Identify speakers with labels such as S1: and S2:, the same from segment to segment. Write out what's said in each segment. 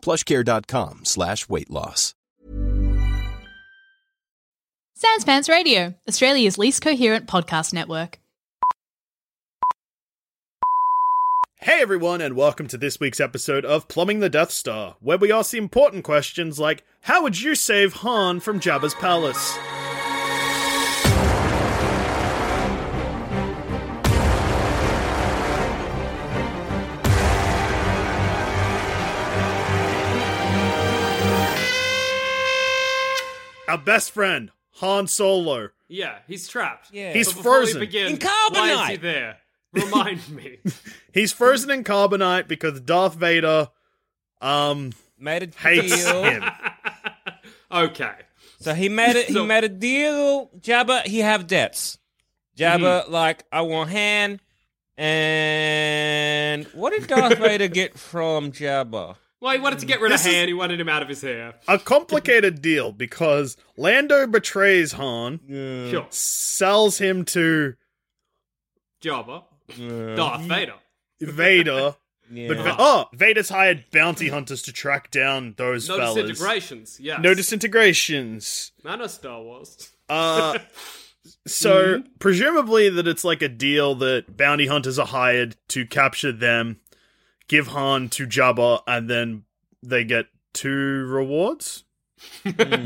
S1: plushcare.com slash weight loss.
S2: Sans Pants Radio, Australia's least coherent podcast network.
S3: Hey everyone, and welcome to this week's episode of Plumbing the Death Star, where we ask the important questions like How would you save Han from Jabba's palace? Our best friend, Han Solo.
S4: Yeah, he's trapped. Yeah,
S3: He's
S4: We
S3: frozen.
S4: begin, Why
S5: In
S4: is he
S5: carbonite!
S4: there? Remind me.
S3: He's frozen in carbonite because Darth Vader um
S5: made a
S3: hates
S5: deal.
S3: him.
S4: okay.
S5: So he made it.
S4: So-
S5: he made a deal. Jabba, he have debts. Jabba,
S4: Mm-hmm.
S5: like I want hand. And what did Darth Vader get from Jabba?
S4: Well, he wanted to get rid
S3: This
S4: of
S3: is-
S4: Han. He wanted him out of his hair.
S3: A complicated deal because Lando betrays Han,
S4: Sure.
S3: sells him to
S4: Jabba.
S3: uh,
S4: Darth Vader.
S3: Vader.
S5: Yeah.
S3: But Va- oh, Vader's hired bounty hunters to track down those
S4: No
S3: fellas.
S4: disintegrations. Yes.
S3: No disintegrations.
S4: Man of Star Wars.
S3: Uh, so presumably that it's like a deal that bounty hunters are hired to capture them, give Han to Jabba, and then they get two rewards.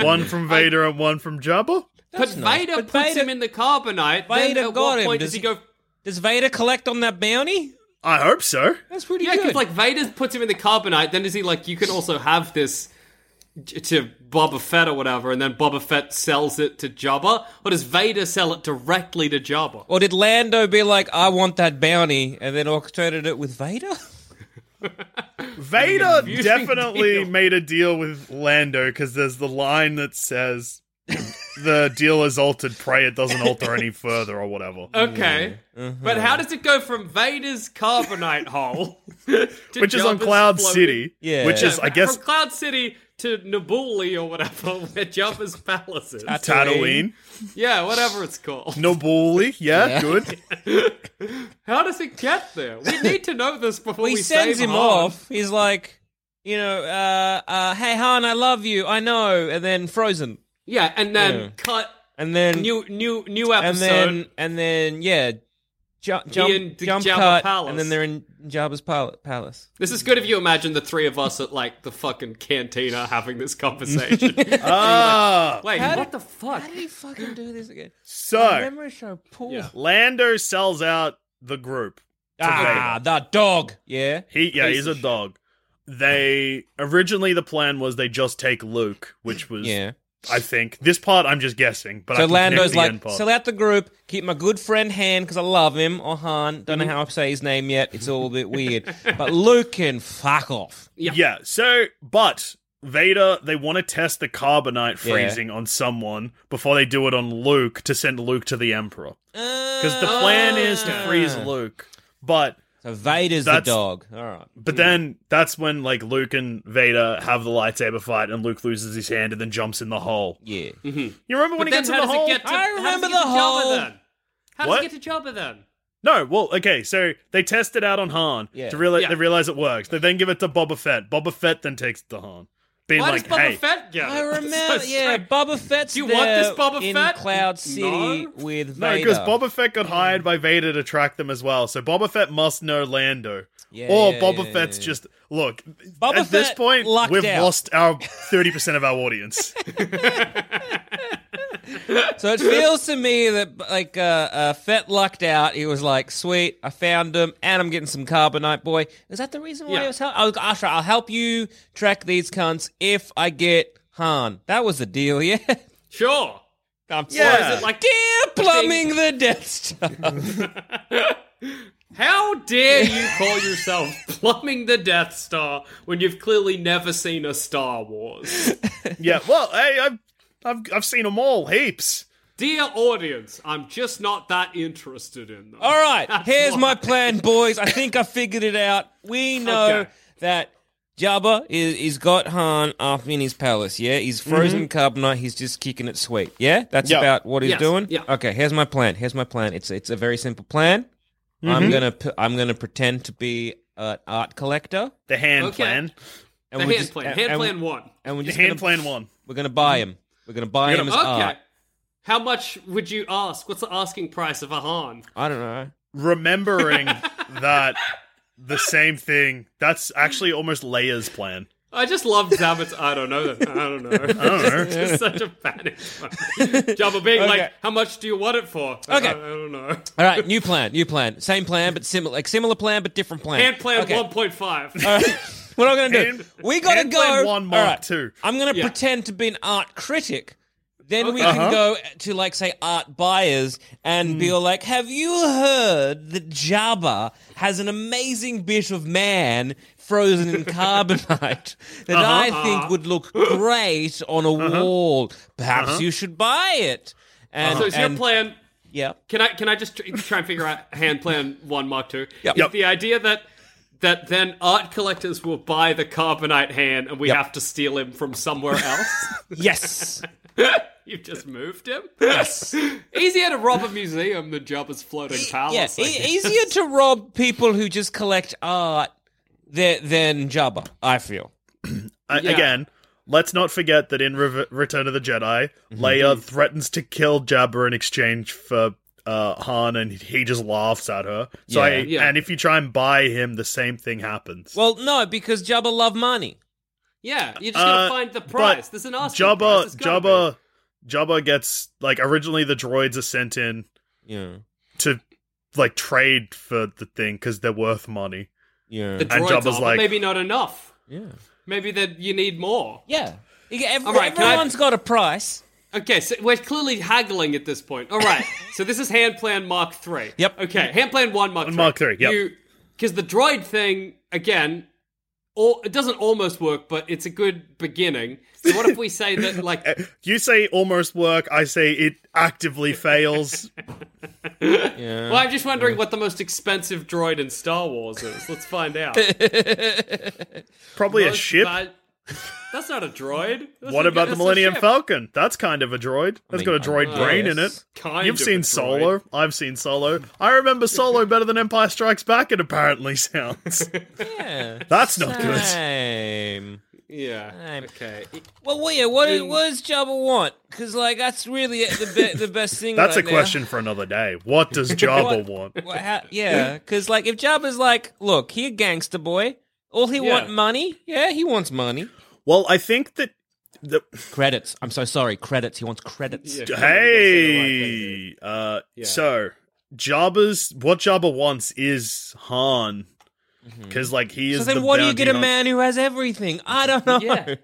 S3: one from Vader and one from Jabba.
S4: But
S5: not-
S4: Vader
S5: but
S4: puts
S5: Vader-
S4: him in the carbonite.
S5: Vader
S4: then at
S5: got
S4: what
S5: him.
S4: point
S5: Does
S4: does he
S5: he-
S4: go?
S5: Does Vader collect on that bounty?
S3: I hope so.
S5: That's pretty
S4: Yeah,
S5: good.
S4: because like Vader puts him in the carbonite. Then is he like, you can also have this j- to Boba Fett or whatever, and then Boba Fett sells it to Jabba, or does Vader sell it directly to Jabba?
S5: or did Lando be like, I want that bounty, and then orchestrated it with Vader?
S3: Vader
S4: Confusing
S3: definitely
S4: deal.
S3: made a deal with Lando because there's the line that says the deal is altered, pray it doesn't alter any further or whatever.
S4: Oh, Okay. But how does it go from Vader's carbonite hole, to
S3: Which is on
S4: Jabba's
S3: Cloud
S4: floating-
S3: City.
S5: Yeah.
S3: Which
S4: Yeah,
S3: is I guess
S4: from Cloud City to Nabuli or whatever, where Jabba's palace is.
S3: Tatooine.
S4: Yeah, whatever it's called.
S3: No bully. Yeah, good.
S4: How does it get there? We need to know this before
S5: Well,
S4: we
S5: he sends
S4: save
S5: him
S4: Han.
S5: off. He's like, you know, uh, uh, hey Han, I love you. I know. And then frozen.
S4: Yeah, and then
S5: Yeah.
S4: cut
S5: And then
S4: new new new
S5: and
S4: episode.
S5: then and then yeah, jump
S4: in
S5: jump,
S4: the
S5: jump
S4: Jabba
S5: cut,
S4: palace.
S5: and then they're in Jabba's pal- palace.
S4: This is good if you imagine the three of us at like the fucking cantina having this conversation.
S3: Ah,
S4: Wait,
S5: How
S4: what
S5: did-
S4: the fuck?
S5: How did he fucking do this again?
S3: so
S5: Memory so poor.
S4: Yeah.
S3: Lando sells out the group. to
S5: Ah,
S3: Vader.
S5: that dog. Yeah.
S3: he yeah,
S5: piece
S3: he's a
S5: of
S3: dog. They originally the plan was they just take Luke, which was
S5: Yeah.
S3: I think this part I'm just guessing, but I
S5: So
S3: can connect
S5: Lando's
S3: the end
S5: like,
S3: part.
S5: sell out the group, keep my good friend Han because I love him, or Han.
S4: Mhm.
S5: Don't know how I say his name yet. It's all a bit weird. But Luke can fuck off.
S3: yeah. So, but Vader they want to test the carbonite
S5: Yeah.
S3: freezing on someone before they do it on Luke to send Luke to the Emperor because
S5: Because
S3: the plan is to freeze
S5: Uh.
S3: Luke, but
S5: So Vader's
S3: That's-
S5: the dog. All right.
S3: But then that's when like Luke and Vader have the lightsaber fight, and Luke loses his hand and then jumps in the hole.
S5: Yeah.
S3: You remember
S4: But
S3: when he
S4: then
S3: gets in
S4: how
S3: the
S4: does
S3: hole?
S4: it get to,
S5: I
S4: how does
S5: remember
S4: it get to
S5: the
S4: Jabba
S5: hole.
S4: then? How
S3: What?
S4: does it get to Jabba then?
S3: No, well, okay, so they test it out on Han
S5: Yeah.
S3: to realize
S4: Yeah.
S3: they realize it works. They then give it to Boba Fett. Boba Fett then takes it to Han, being
S4: Why
S3: like,
S4: does Boba
S3: "Hey,
S4: Fett get it?
S5: I
S4: It's
S5: remember,
S4: so
S5: yeah,
S4: strange.
S5: Boba Fett's
S4: Do you want this
S5: there
S4: Boba
S5: in
S4: Fett?
S5: Cloud City
S4: No.
S5: with
S3: no,
S5: Vader.
S3: because Boba Fett got hired by Vader to track them as well. So Boba Fett must know Lando,
S5: Yeah,
S3: or
S5: yeah,
S3: Boba
S5: yeah,
S3: Fett's
S5: yeah.
S3: just look.
S5: Boba
S3: at this
S5: Fett
S3: point,
S5: lucked
S3: we've
S5: out.
S3: lost our thirty percent of our audience.
S5: So it feels to me that like uh, uh, Fett lucked out. He was like, "Sweet, I found him, and I'm getting some carbonite, boy." Is that the reason why
S4: Yeah.
S5: he was help? I was, Asha, I'll help you track these cunts if I get Han. That was the deal, yeah.
S4: Sure.
S5: I'm
S3: Yeah.
S4: Is it like
S5: Dear plumbing the Death Star.
S4: How dare you call yourself plumbing the Death Star when you've clearly never seen a Star Wars?
S3: yeah, well, hey, I've, I've I've seen them all heaps.
S4: Dear audience, I'm just not that interested in them.
S5: All right,
S4: That's
S5: here's
S4: why.
S5: my plan, boys. I think I figured it out. We know
S4: Okay.
S5: that Jabba is, is got Han up in his palace. Yeah, he's frozen carbonite. He's just kicking it sweet. Yeah, that's
S3: Yeah.
S5: about what he's
S4: Yes,
S5: doing.
S4: yeah.
S5: Okay, here's my plan. Here's my plan. It's it's a very simple plan. I'm gonna p- I'm gonna pretend to be an art collector.
S3: The hand
S4: Okay.
S3: plan,
S4: The
S5: And
S4: hand
S5: we're just-
S4: plan.
S5: and-
S4: hand
S5: and we-
S4: plan one.
S5: And we're
S3: the
S5: just
S3: hand
S5: gonna,
S3: plan one.
S5: We're gonna buy him. We're gonna buy him as
S4: Okay.
S5: art.
S4: How much would you ask? What's the asking price of a Han?
S5: I don't know.
S3: Remembering that the same thing. That's actually almost Leia's plan.
S4: I just love Zabit's. I don't know. I don't know. I don't
S3: know.
S4: It's just such a panic. Jabba being
S5: Okay.
S4: like, how much do you want it for?
S5: Okay.
S4: I, I don't know.
S5: All right, new plan, new plan, same plan, but similar, like similar plan, but different plan.
S4: Hand plan
S5: Okay.
S4: 1.5.
S5: All right. What am I gonna do?
S3: Hand-
S5: we gotta
S3: hand
S5: go.
S3: plan one, mark
S5: All right.
S3: two.
S5: I'm gonna
S4: Yeah.
S5: pretend to be an art critic. Then we
S4: Okay.
S3: Uh-huh.
S5: can go to like say art buyers and be all
S3: Mm.
S5: like, "Have you heard that Jabba has an amazing bit of man frozen in carbonite that
S3: Uh-huh.
S5: I think would look great on a wall? Perhaps
S3: Uh-huh.
S5: you should buy it." And,
S4: So is your
S5: and-
S4: plan.
S5: Yeah.
S4: Can I can I just tr- try and figure out hand plan one mark two?
S5: Yep.
S4: Is
S5: Yep.
S4: The idea that that then art collectors will buy the carbonite hand and we
S5: Yep.
S4: have to steal him from somewhere else.
S5: Yes.
S4: You've just moved him. Yes. Easier to rob a museum than Jabba's floating
S5: yeah,
S4: palace. I
S5: e-
S4: guess.
S5: easier to rob people who just collect art than, than Jabba. I feel.
S3: I,
S4: Yeah.
S3: Uh, Again, let's not forget that in Re- Return of the Jedi,
S5: Mm-hmm.
S3: Leia threatens to kill Jabba in exchange for uh, Han, and he just laughs at her. So, I,
S5: Yeah.
S4: Yeah.
S3: and if you try and buy him, the same thing happens.
S5: Well, no, because Jabba love money.
S4: Yeah, you're just gonna
S3: Uh,
S4: find the
S3: but
S4: price. There's an asking
S3: Jabba,
S4: price. There's gotta
S3: Jabba, Jabba gets like originally the droids are sent in
S5: Yeah,
S3: to like trade for the thing because they're worth money.
S5: yeah,
S4: be. The
S3: and
S4: droids
S3: Jabba's
S4: are, but
S3: like-
S4: maybe not enough.
S5: yeah,
S4: Maybe that you need more.
S5: yeah. You get- ev-
S4: All right, can I-
S5: everyone's got a price.
S4: Okay, so we're clearly haggling at this point. All right, so this is hand plan Mark Three.
S5: Yep.
S4: Okay, hand plan One Mark Three.
S3: Mark III, yep.
S4: Because the droid thing again, all, it doesn't almost work, but it's a good beginning. So what if we say that like
S3: You say almost work, I say it actively fails.
S5: Yeah.
S4: Well, I'm just wondering what the most expensive droid in Star Wars is. Let's find out.
S3: Probably a
S4: Most
S3: ship.
S4: val- That's not a droid. That's
S3: What
S4: a-
S3: about the
S4: that's a
S3: Millennium
S4: ship.
S3: Falcon? That's kind of a droid. That's
S5: mean,
S3: got a droid
S5: I
S3: brain in
S5: guess.
S3: it.
S4: uh, Kind
S3: You've
S4: of a
S3: seen
S4: droid.
S3: Solo. I've seen Solo. I remember Solo better than Empire Strikes Back. It apparently sounds.
S5: Yeah,
S3: That's not good.
S5: same.
S4: Yeah.
S5: I'm-
S4: Okay.
S5: Well, well, yeah. What, does- what does Jabba want? Because like that's really the be- the best thing.
S3: That's a
S5: right now.
S3: question for another day. What does Jabba
S5: What-
S3: want?
S5: Well, how- yeah, because like if Jabba's like, look, he a gangster boy. All he
S4: Yeah.
S5: want money. Yeah, he wants money.
S3: Well, I think that. The,
S5: Credits. I'm so sorry. Credits. He wants credits.
S4: Yeah.
S3: hey, uh,
S4: Yeah.
S3: so Jabba's what Jabba wants is Han,
S4: Mm-hmm.
S3: because like he is.
S5: So then,
S3: the
S5: why do you
S3: bounty
S5: get a
S3: hunter.
S5: man who has everything? I don't know.
S4: Yeah.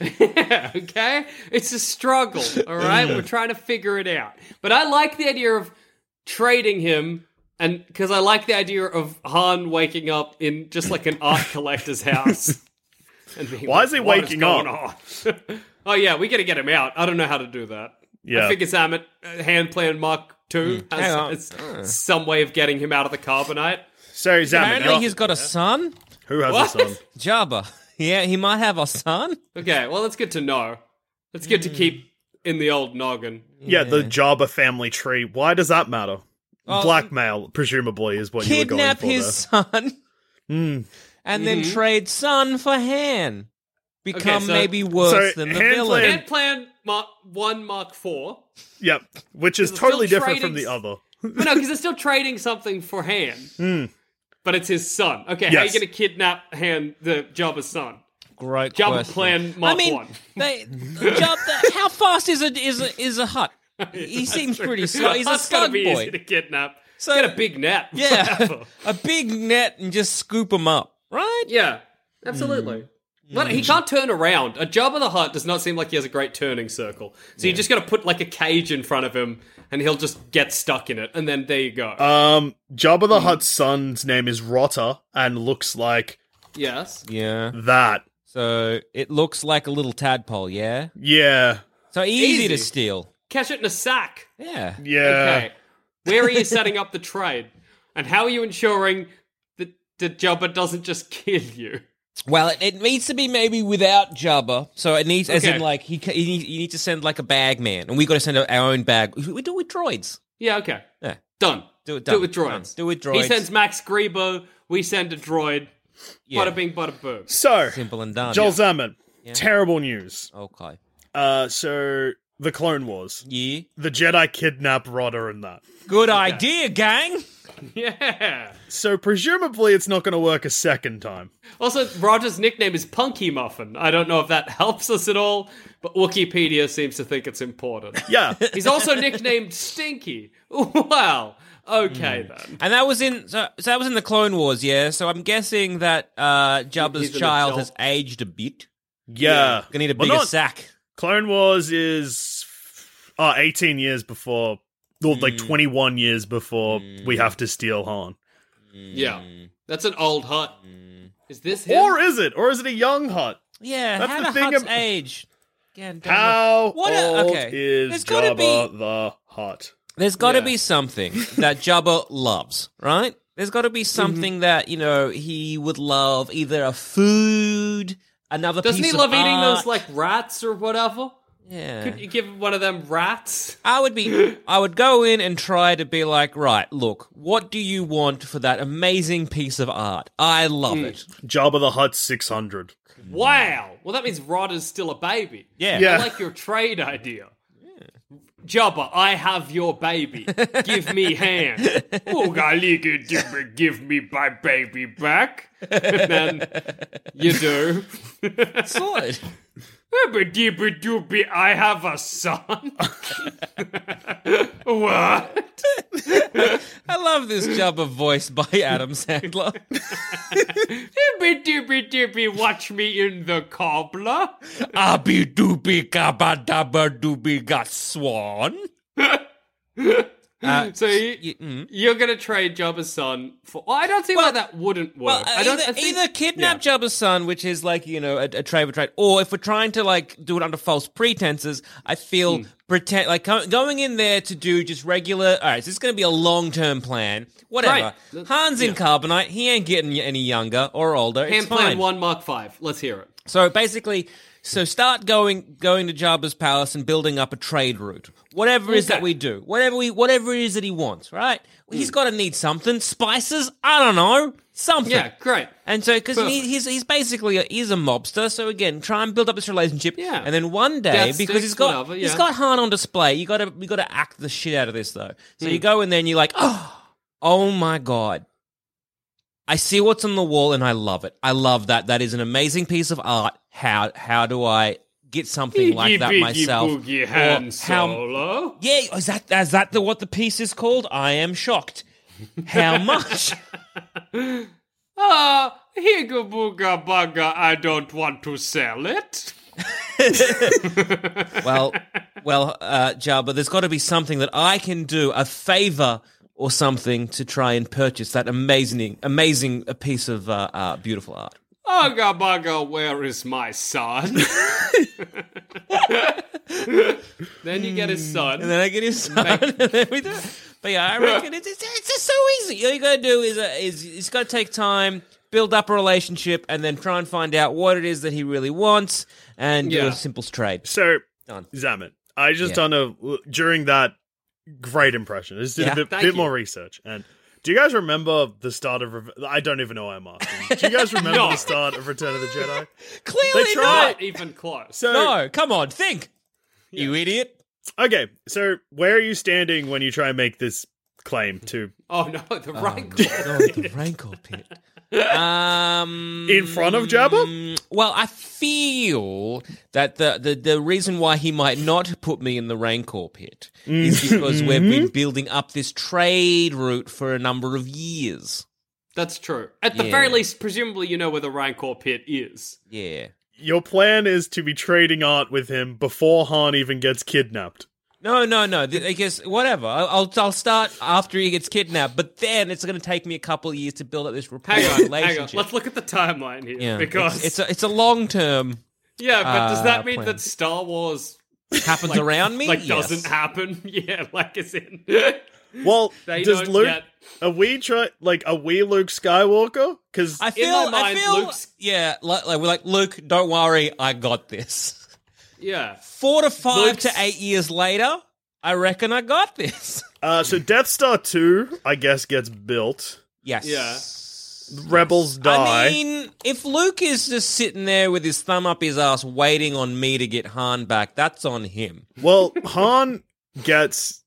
S4: yeah, okay? It's a struggle, all right? We're trying to figure it out. But I like the idea of trading him and cuz I like the idea of Han waking up in just like an art collector's house. And being
S3: Why is he
S4: "What
S3: waking
S4: going
S3: up?"
S4: on?" oh yeah, we got to get him out. I don't know how to do that.
S3: Yeah. Hmm.
S4: I figure Sam at uh, hand plan Mark 2
S5: hang
S4: has,
S5: on.
S4: has some way of getting him out of the carbonite.
S3: So Zaman,
S5: Apparently, he's got a son,
S3: who has
S4: What?
S3: a son?
S5: Jabba. Yeah, he might have a son.
S4: Okay, well that's good to know. That's
S3: Hmm.
S4: good to keep in the old noggin.
S3: Yeah, the Jabba family tree. Why does that matter?
S5: Oh,
S3: Blackmail, presumably, is what you were going
S5: kidnap
S3: for.
S5: his
S3: there.
S5: son
S4: Hmm.
S3: Mm.
S5: and then
S4: Mhm.
S5: trade son for Han. Become
S4: so-
S5: maybe worse
S3: so
S5: than the
S3: Han
S5: villain.
S3: played-
S4: Ant Plan Mark One Mark Four.
S3: Yep, which is
S4: It's still
S3: totally different from
S4: trading
S3: the
S4: s-
S3: other.
S4: But no, because they're still trading something for Han. But it's his son. Okay, how are you
S3: Yes.
S4: going to kidnap Han, the Jabba's son?
S5: Great
S4: Jabba
S5: question.
S4: plan Mark
S5: I mean,
S4: One.
S5: they, Jabba, how fast is a is a, is a hut? He seems pretty slow. He's a
S4: That's gotta
S5: slug
S4: be easy to
S5: boy.
S4: kidnap.
S5: So-
S4: Get a big net.
S5: Yeah, a big net and just scoop him up, right?
S4: yeah, absolutely. But he can't turn around. A Jabba the Hutt does not seem like he has a great turning circle. So you just got to put like a cage in front of him, and he'll just get stuck in it. And then there you go.
S3: Um, Jabba
S5: Mm.
S3: the Hutt's son's name is Rotta and looks like
S4: yes.
S5: Yeah.
S3: that.
S5: So it looks like a little tadpole. Yeah.
S3: Yeah,
S5: So easy,
S4: Easy.
S5: to steal.
S4: Catch it in a sack.
S5: Yeah.
S3: yeah.
S4: Okay. Where are you setting up the trade? And how are you ensuring that, that Jabba doesn't just kill you?
S5: Well, it, it needs to be maybe without Jabba. So it needs, as
S4: Okay.
S5: in, like he, ca- you need, you need to send like a bag man, and we got to send out our own bag. We, we do it with droids.
S4: Yeah, okay.
S5: Yeah.
S4: Done.
S5: Do it.
S4: Do
S5: Done.
S4: it with droids.
S5: Done. Do it with droids.
S4: He sends Max Grebo, we send a droid.
S5: Yeah.
S4: Bada bing, bada boom.
S3: So,
S5: Simple and done.
S3: Joel Zaman, terrible news.
S5: Okay.
S3: Uh, so the Clone Wars,
S5: Yeah.
S3: the Jedi kidnap Rotta and that.
S5: Good idea, gang.
S4: Yeah.
S3: So presumably it's not going to work a second time.
S4: Also, Roger's nickname is Punky Muffin. I don't know if that helps us at all, but Wikipedia seems to think it's important.
S3: Yeah,
S4: He's also nicknamed Stinky. Wow.
S5: Hmm.
S4: Okay, then.
S5: And that was in so, so that was in the Clone Wars, yeah. So I'm guessing that uh Jabba's
S4: He's an
S5: child
S4: adult.
S5: has aged a bit.
S3: yeah.
S5: Gonna need a
S3: Well,
S5: bigger
S3: not-
S5: sack.
S3: Clone Wars is uh, 18 years before, or like
S5: Hmm.
S3: 21 years before we have to steal Han.
S4: Yeah.
S5: Hmm.
S4: That's an old hut. Is this him?
S3: Or is it? Or is it a young Hut?
S5: Yeah,
S3: That's
S5: how
S3: the
S5: the
S3: thing
S5: Hutt's
S3: ab-
S5: age? Again, don't know.
S3: How
S5: What a-
S3: old
S5: okay.
S3: is
S5: There's gotta
S3: Jabba the Hut?
S5: There's got to
S4: Yeah.
S5: be something that Jabba loves, right? There's got to be something
S4: Mm-hmm.
S5: that you know he would love, either a food, another.
S4: Doesn't
S5: piece
S4: he
S5: of
S4: love eating
S5: art.
S4: those, like, rats or whatever?
S5: Yeah.
S4: Could you give him one of them rats?
S5: I would be I would go in and try to be like, right, look, what do you want for that amazing piece of art? I love
S4: Mm.
S5: it.
S3: Jabba the Hut 600.
S4: Wow. Well, that means Rod is still a baby.
S5: Yeah.
S3: Yeah.
S4: I like your trade idea. Jabba, I have your baby. Give me hand. Ooga-liga-diga, Give me my baby back. And then you do.
S5: Solid.
S4: Ooba-dee-ba-doo-bee, I have a son. what?
S5: I love this Jabba voice by Adam Sandler.
S4: Ooba-doo-bee-doo-bee, Watch me in the cobbler.
S5: Abby doobie gabba dabba doobie got swan. Uh,
S4: So you,
S5: you- mm.
S4: You're gonna trade Jabba's son for? Well, I don't see why
S5: Well-
S4: that wouldn't work.
S5: Well, uh,
S4: I don't
S5: either,
S4: I think-
S5: either kidnap Jabba's son, which is like you know a, a trade for trade, or if we're trying to like do it under false pretenses, I
S4: Hmm.
S5: feel pretend like go- going in there to do just regular. All right, so this is going to be a long term plan. Whatever.
S4: Right.
S5: Han's in carbonite. He ain't getting y- any younger or older.
S4: Hand
S5: It's
S4: plan
S5: fine.
S4: one Mark Five. Let's hear it.
S5: So basically, so start going going to Jabba's palace and building up a trade route. Whatever it is that
S4: Okay. Hmm.
S5: we do, whatever we whatever it is that he wants, right? He's got to need something, spices. I don't know, something.
S4: Yeah, great.
S5: And so, because he,
S4: Perfect.
S5: he's he's basically a, he's a mobster. So again, try and build up this relationship.
S4: Yeah.
S5: And then one day,
S4: Death
S5: because he's
S4: sticks,
S5: got
S4: whatever,
S5: he's
S4: yeah.
S5: got Han on display, you gotta you gotta act the shit out of this though. So
S4: Hmm.
S5: you go in there and you're like, oh, oh my god. I see what's on the wall and I love it. I love that. That is an amazing piece of art. How how do I get something like that
S4: Biggie, biggie,
S5: myself?
S4: boogie,
S5: Or
S4: Han
S5: how
S4: Solo.
S5: yeah, is that is that the what the piece is called? I am shocked. How much?
S4: Ah, higga booga bugga. I don't want to sell it.
S5: Well, well, uh, Jabba, there's got to be something that I can do, a favor or something, to try and purchase that amazing, amazing uh, piece of uh, uh, beautiful art.
S4: Ugga bugga, where is my son? then you get his son.
S5: And then I get his son, and then we do it. But yeah, I reckon it's, it's, it's just so easy. All you got to do is, uh, is it's got to take time, build up a relationship, and then try and find out what it is that he really wants, and do
S4: Yeah.
S5: a simple trade.
S3: So,
S5: Done.
S3: Zaman, I just
S5: Yeah.
S3: done a during that great impression. I just did
S5: Yeah.
S3: a bit,
S4: Thank
S3: bit
S4: you.
S3: more research. And do you guys remember the start of? Re- I don't even know why I'm asking. Do you guys remember
S4: No.
S3: the start of Return of the Jedi?
S5: Clearly
S3: They tried.
S5: not.
S4: Not even close.
S3: So
S5: No, come on, think. You idiot.
S3: okay, so where are you standing when you try and make this claim to
S4: Oh no, the right
S5: Oh,
S4: call.
S5: the rankle pit. Um,
S3: In front of Jabba?
S5: Well, I feel that the, the, the reason why he might not put me in the rancor pit
S4: Mm-hmm.
S5: is because we've been building up this trade route for a number of years.
S4: That's true. At the
S5: Yeah.
S4: very least, presumably you know where the Rancor pit is.
S5: Yeah.
S3: your plan is to be trading art with him before Han even gets kidnapped.
S5: No, no, no. th- I guess whatever. I- I'll I'll start after he gets kidnapped, but then it's going to take me a couple of years to build up this rapport
S4: Hang
S5: and
S4: on, hang on.
S5: relationship.
S4: Let's look at the timeline here.
S5: yeah,
S4: because
S5: it's, it's a it's a long term
S4: yeah, but does
S5: uh,
S4: that mean
S5: plan.
S4: that Star Wars
S5: happens around me.
S4: like
S5: Yes.
S4: doesn't happen? Yeah, like it's in.
S3: Well,
S4: They
S3: does
S4: don't
S3: Luke?
S4: get-
S3: Are we try like are we Luke Skywalker? Because
S5: I
S4: In
S5: feel,
S4: my
S5: I
S4: mind,
S5: feel,
S4: Luke's-
S5: yeah, like, like we're like Luke. Don't worry, I got this.
S4: yeah.
S5: Four to five
S4: Luke's-
S5: to eight years later, I reckon I got this.
S3: uh, so Death Star two, I guess, gets built.
S5: Yes.
S4: Yeah.
S3: Rebels die.
S5: I mean, if Luke is just sitting there with his thumb up his ass waiting on me to get Han back, that's on him.
S3: Well, Han gets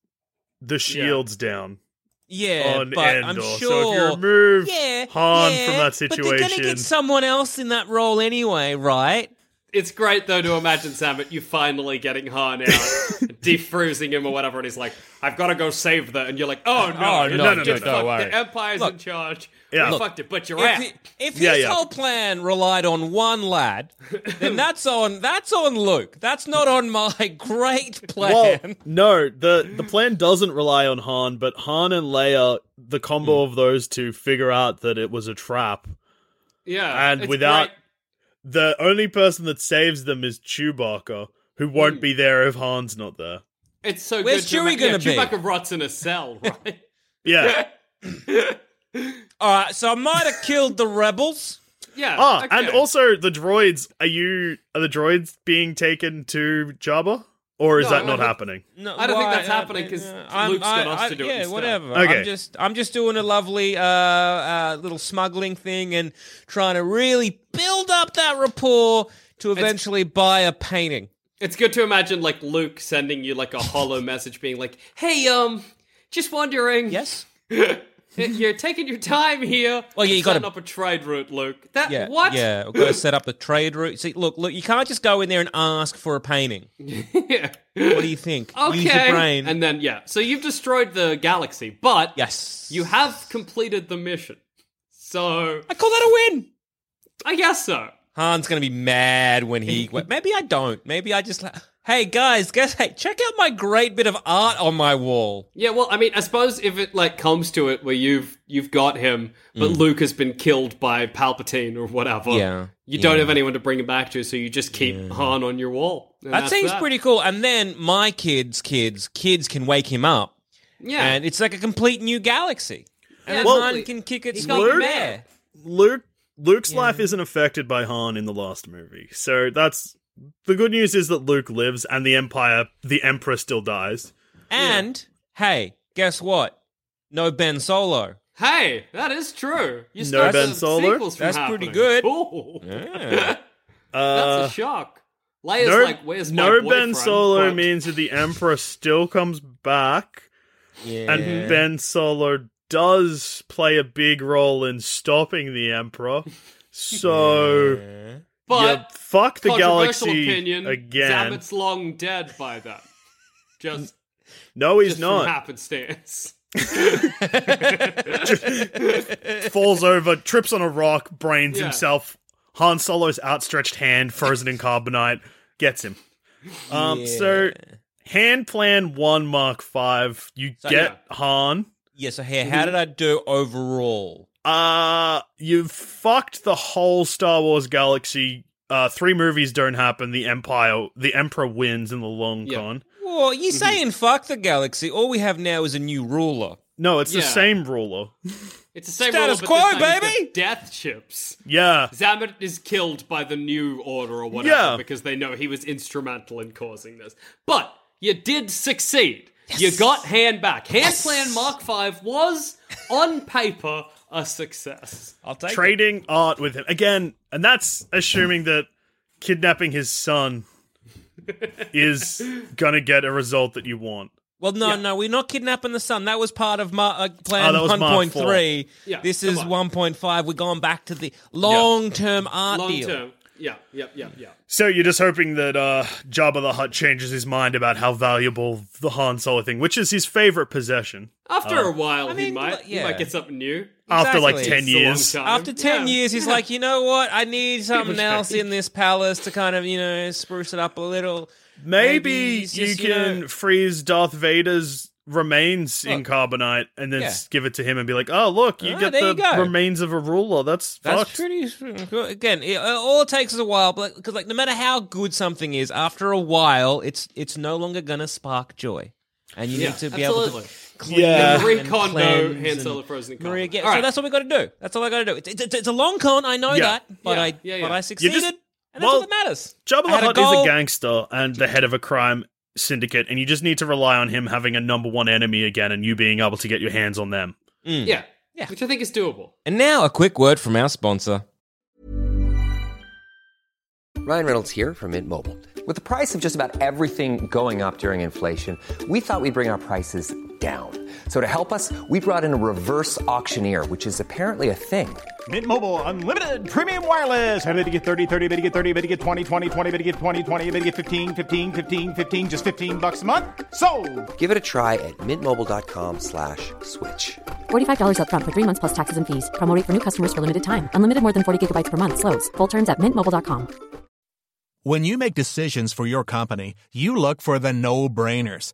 S3: the shields down
S5: Yeah,
S3: on
S5: but
S3: Endor.
S5: I'm sure.
S3: So if you remove
S5: yeah,
S3: Han
S5: yeah,
S3: from that
S5: But they're gonna
S3: situation,
S5: get someone else in that role anyway, right?
S4: It's great though to imagine Samet you finally getting Han out, defroozing him or whatever, and he's like, "I've got to go save the," and you're like, "Oh no,
S5: Oh,
S4: you
S5: no,
S4: fucked
S3: no,
S4: it,
S3: no, don't
S4: fuck,
S5: worry."
S4: the Empire's
S5: Look,
S4: in charge.
S3: Yeah.
S4: You
S3: Look,
S4: fucked it, but you're
S5: If,
S4: out."
S5: he- if his
S3: Yeah, yeah.
S5: whole plan relied on one lad, then that's on that's on Luke. That's not on my great
S3: well,
S5: plan.
S3: no, the the plan doesn't rely on Han, but Han and Leia, the combo
S4: Hmm.
S3: of those two, figure out that it was a trap,
S4: yeah,
S3: and
S4: it's
S3: without
S4: great.
S3: the only person that saves them is Chewbacca, who won't
S4: Hmm.
S3: be there if Han's not there.
S4: It's so
S5: Where's
S4: good. to
S5: Chewie
S4: ima- yeah,
S5: gonna be?
S4: Chewbacca rots in a cell, right?
S3: Yeah.
S5: All right, so I might have killed the rebels.
S4: yeah.
S3: Ah,
S4: okay.
S3: and also the droids. Are you are the droids being taken to Jabba, or is
S4: No,
S3: that
S4: I
S3: not
S4: don't-
S3: happening?
S5: No,
S4: I don't think
S5: why-
S4: that's happening 'cause
S5: I'm-
S4: Luke's got us
S5: I-
S4: to do it
S5: yeah,
S4: instead.
S5: whatever.
S3: Okay.
S5: I'm just I'm just doing a lovely uh, uh, little smuggling thing and trying to really build up that rapport to eventually buy a painting.
S4: It's good to imagine like Luke sending you like a hollow message, being like, "Hey, um, just wondering.
S5: Yes.
S4: you're taking your time here.
S5: Well, yeah, you
S4: I'm
S5: gotta-
S4: setting up a trade route, Luke. That
S5: Yeah.
S4: what?
S5: Yeah. We've got to set up the trade route. See, look, look, you can't just go in there and ask for a painting.
S4: Yeah.
S5: What do you think?
S4: Okay.
S5: Use your brain.
S4: And then yeah, so you've destroyed the galaxy, but
S5: yes.
S4: you have completed the mission. So
S5: I call that a win.
S4: I guess so.
S5: Han's gonna be mad when he. wait, maybe I don't. Maybe I just. la- Hey guys, guess hey, check out my great bit of art on my wall.
S4: Yeah, well, I mean, I suppose if it like comes to it where you've you've got him, but Luke has been killed by Palpatine or whatever.
S5: Mm. Yeah,
S4: you don't
S5: yeah.
S4: have anyone to bring him back to, so you just keep Han on your wall. and
S5: That
S4: that's
S5: seems pretty cool. And then my kids, kids, kids can wake him up,
S4: Yeah,
S5: and it's like a complete new galaxy. And then
S4: Well,
S5: Han can kick its
S4: got
S5: new
S3: Luke-
S5: mare.
S3: Luke Luke's life isn't affected by Han in the last movie. So that's the good news is that Luke lives and the Empire the Emperor still dies.
S5: And hey, guess what? No Ben Solo.
S4: hey, that is true. You
S3: No
S4: stopped
S3: Ben
S4: the
S3: Solar?
S4: sequels from
S5: That's pretty
S4: happening.
S5: good.
S4: Ooh.
S3: Uh,
S4: That's a shock. Leia's
S3: no
S4: like, "Where's my
S3: no Ben
S4: boyfriend?"
S3: Solo
S4: But-
S3: means that the Emperor still comes back
S5: Yeah.
S3: and Ben Solo does play a big role in stopping the Emperor. So
S4: but
S3: yeah, fuck the
S4: controversial
S3: galaxy
S4: opinion,
S3: again.
S4: Zabit's long dead by then. Just,
S3: no, he's
S4: just from
S3: not.
S4: happenstance.
S3: Falls over, trips on a rock, brains
S4: Yeah.
S3: himself. Han Solo's outstretched hand, frozen in carbonite, gets him. Um, So, hand plan one, mark five. You get Han.
S5: yeah. So here, how did I do overall?
S3: Uh, you've fucked the whole Star Wars galaxy. Uh, three movies don't happen. The Empire, the Emperor wins in the long
S4: Yeah.
S3: con.
S5: Well, you saying fuck the galaxy? All we have now is a new ruler.
S3: No, it's the
S4: Yeah.
S3: same ruler.
S4: It's the same rule, but
S5: Status
S4: this
S5: quo,
S4: time it's
S5: baby!
S4: the Death ships.
S3: Yeah.
S4: Zamet is killed by the new order or whatever
S3: Yeah.
S4: because they know he was instrumental in causing this. But you did succeed. You got hand back. Hand plan Mark Five was on paper a success.
S5: I'll take it.
S3: trading art with him again, and that's assuming that kidnapping his son is gonna get a result that you want.
S5: Well, no, no, we're not kidnapping the son. That was part of my uh,
S3: Oh,
S5: plan
S3: that was my
S5: 1.3.
S4: Yeah,
S5: this
S4: come
S5: is
S4: on.
S5: 1.5. We're going back to the long-term art
S4: Long
S5: deal.
S4: term. Yeah, yeah, yeah, yeah.
S3: So you're just hoping that uh, Jabba the Hutt changes his mind about how valuable the Han Solo thing, which is his favorite possession,
S4: After a while, he
S5: Uh, mean,
S4: might
S5: yeah. Hmm.
S4: he might get something new.
S3: after like
S5: Exactly.
S3: ten
S5: It's
S3: years.
S4: Long time.
S5: After 10
S4: Yeah.
S5: years, he's like, you know what? I need something else in this palace to kind of, you know, spruce it up a little.
S3: Maybe,
S5: he's
S3: you
S5: just, you
S3: can
S5: know-
S3: freeze Darth Vader's remains in carbonite and then
S5: yeah.
S3: s- give it to him and be like, "Oh, look, you
S5: Ah,
S3: get
S5: there
S3: the
S5: you go.
S3: remains of a ruler." That's,
S5: That's
S3: fucked.
S5: pretty. Again, it, all it takes is a while, but because like no matter how good something is, after a while, it's it's no longer gonna spark joy, and you
S4: Yeah,
S5: need to be able
S4: absolutely.
S5: to clean
S3: Yeah.
S5: and
S4: Marie Kondo,
S5: cleanse
S4: Han
S5: and-
S4: Solo, Frozen in
S5: Maria
S4: Carbonite.
S5: get,
S4: All
S5: So
S4: right.
S5: that's what we got to do. That's all I got to do. It's, it's, it's a long con. I know
S3: Yeah.
S5: that, but
S4: Yeah,
S5: I
S4: yeah,
S5: but
S4: yeah.
S5: I succeeded, and that's
S3: well,
S5: all that matters.
S3: Jabba the
S5: I had a
S3: Hutt is a
S5: goal.
S3: gangster and the head of a crime syndicate, and you just need to rely on him having a number one enemy again and you being able to get your hands on them.
S4: yeah.
S5: Yeah.
S4: which I think is doable.
S5: And now a quick word from our sponsor.
S6: Ryan Reynolds here from Mint Mobile. With the price of just about everything going up during inflation, we thought we'd bring our prices down. So to help us, we brought in a reverse auctioneer, which is apparently a thing.
S7: Mint Mobile unlimited premium wireless. Ready to get 30, 30, bet you get 30, bet you get 20, 20, 20, bet you get 20, 20, bet you get 15, 15, 15, 15 just 15 bucks a month. So,
S6: Give it a try at mintmobile.com slash switch.
S8: $45 up front for three months plus taxes and fees. Promo rate for new customers for limited time. Unlimited more than 40 gigabytes per month. Slows. Full terms at mintmobile.com.
S9: When you make decisions for your company, you look for the no brainers.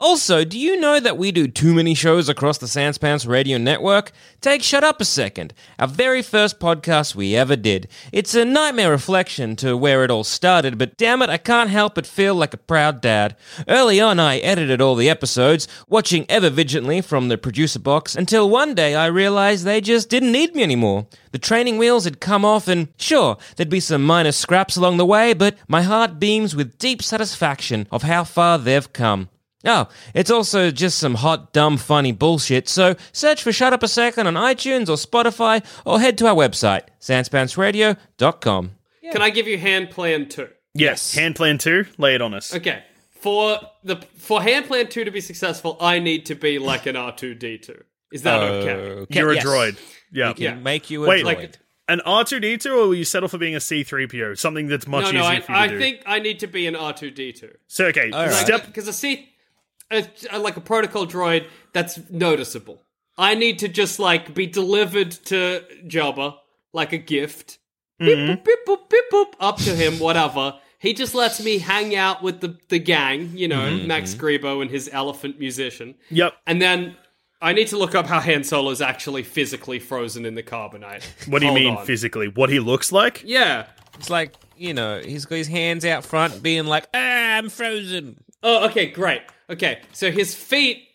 S5: Also, do you know that we do too many shows across the Sans Pants Radio Network? Take Shut Up a Second, our very first podcast we ever did. It's a nightmare reflection to where it all started, but damn it, I can't help but feel like a proud dad. Early on, I edited all the episodes, watching ever vigilantly from the producer box, until one day I realized they just didn't need me anymore. The training wheels had come off, and sure, there'd be some minor scraps along the way, but my heart beams with deep satisfaction of how far they've come. Oh, it's also just some hot, dumb, funny bullshit. So search for Shut Up a Second on iTunes or Spotify or head to our website, sanspantsradio.com.
S4: Can I give you hand plan two?
S3: Yes. Hand plan two, lay it on us.
S4: Okay. For the for hand plan two to be successful, I need to be like an R two D two. Is that okay?
S3: You're a
S5: yes.
S3: droid. Yeah.
S5: We can
S4: Yeah.
S5: make you a
S3: Wait,
S5: droid.
S3: like an R2D2 or will you settle for being a C3PO? Something that's much
S4: No,
S3: easier
S4: no. I,
S3: for you to
S4: I
S3: do.
S4: think I need to be an R two D two.
S3: so okay, step
S4: because I see, a, like a protocol droid that's noticeable. I need to just like be delivered to Jabba like a gift.
S3: Mm-hmm.
S4: Beep, boop, beep, boop, beep, boop, up to him, whatever. He just lets me hang out with the, the gang, you know, Max Grebo and his elephant musician.
S3: Mm-hmm. Yep.
S4: And then I need to look up how Han Solo's actually physically frozen in the carbonite.
S3: What do you
S4: Hold
S3: mean
S4: on.
S3: physically? What he looks like?
S4: Yeah.
S5: It's like, you know, he's got his hands out front being like, ah, I'm frozen.
S4: Oh, okay, great. Okay, so his feet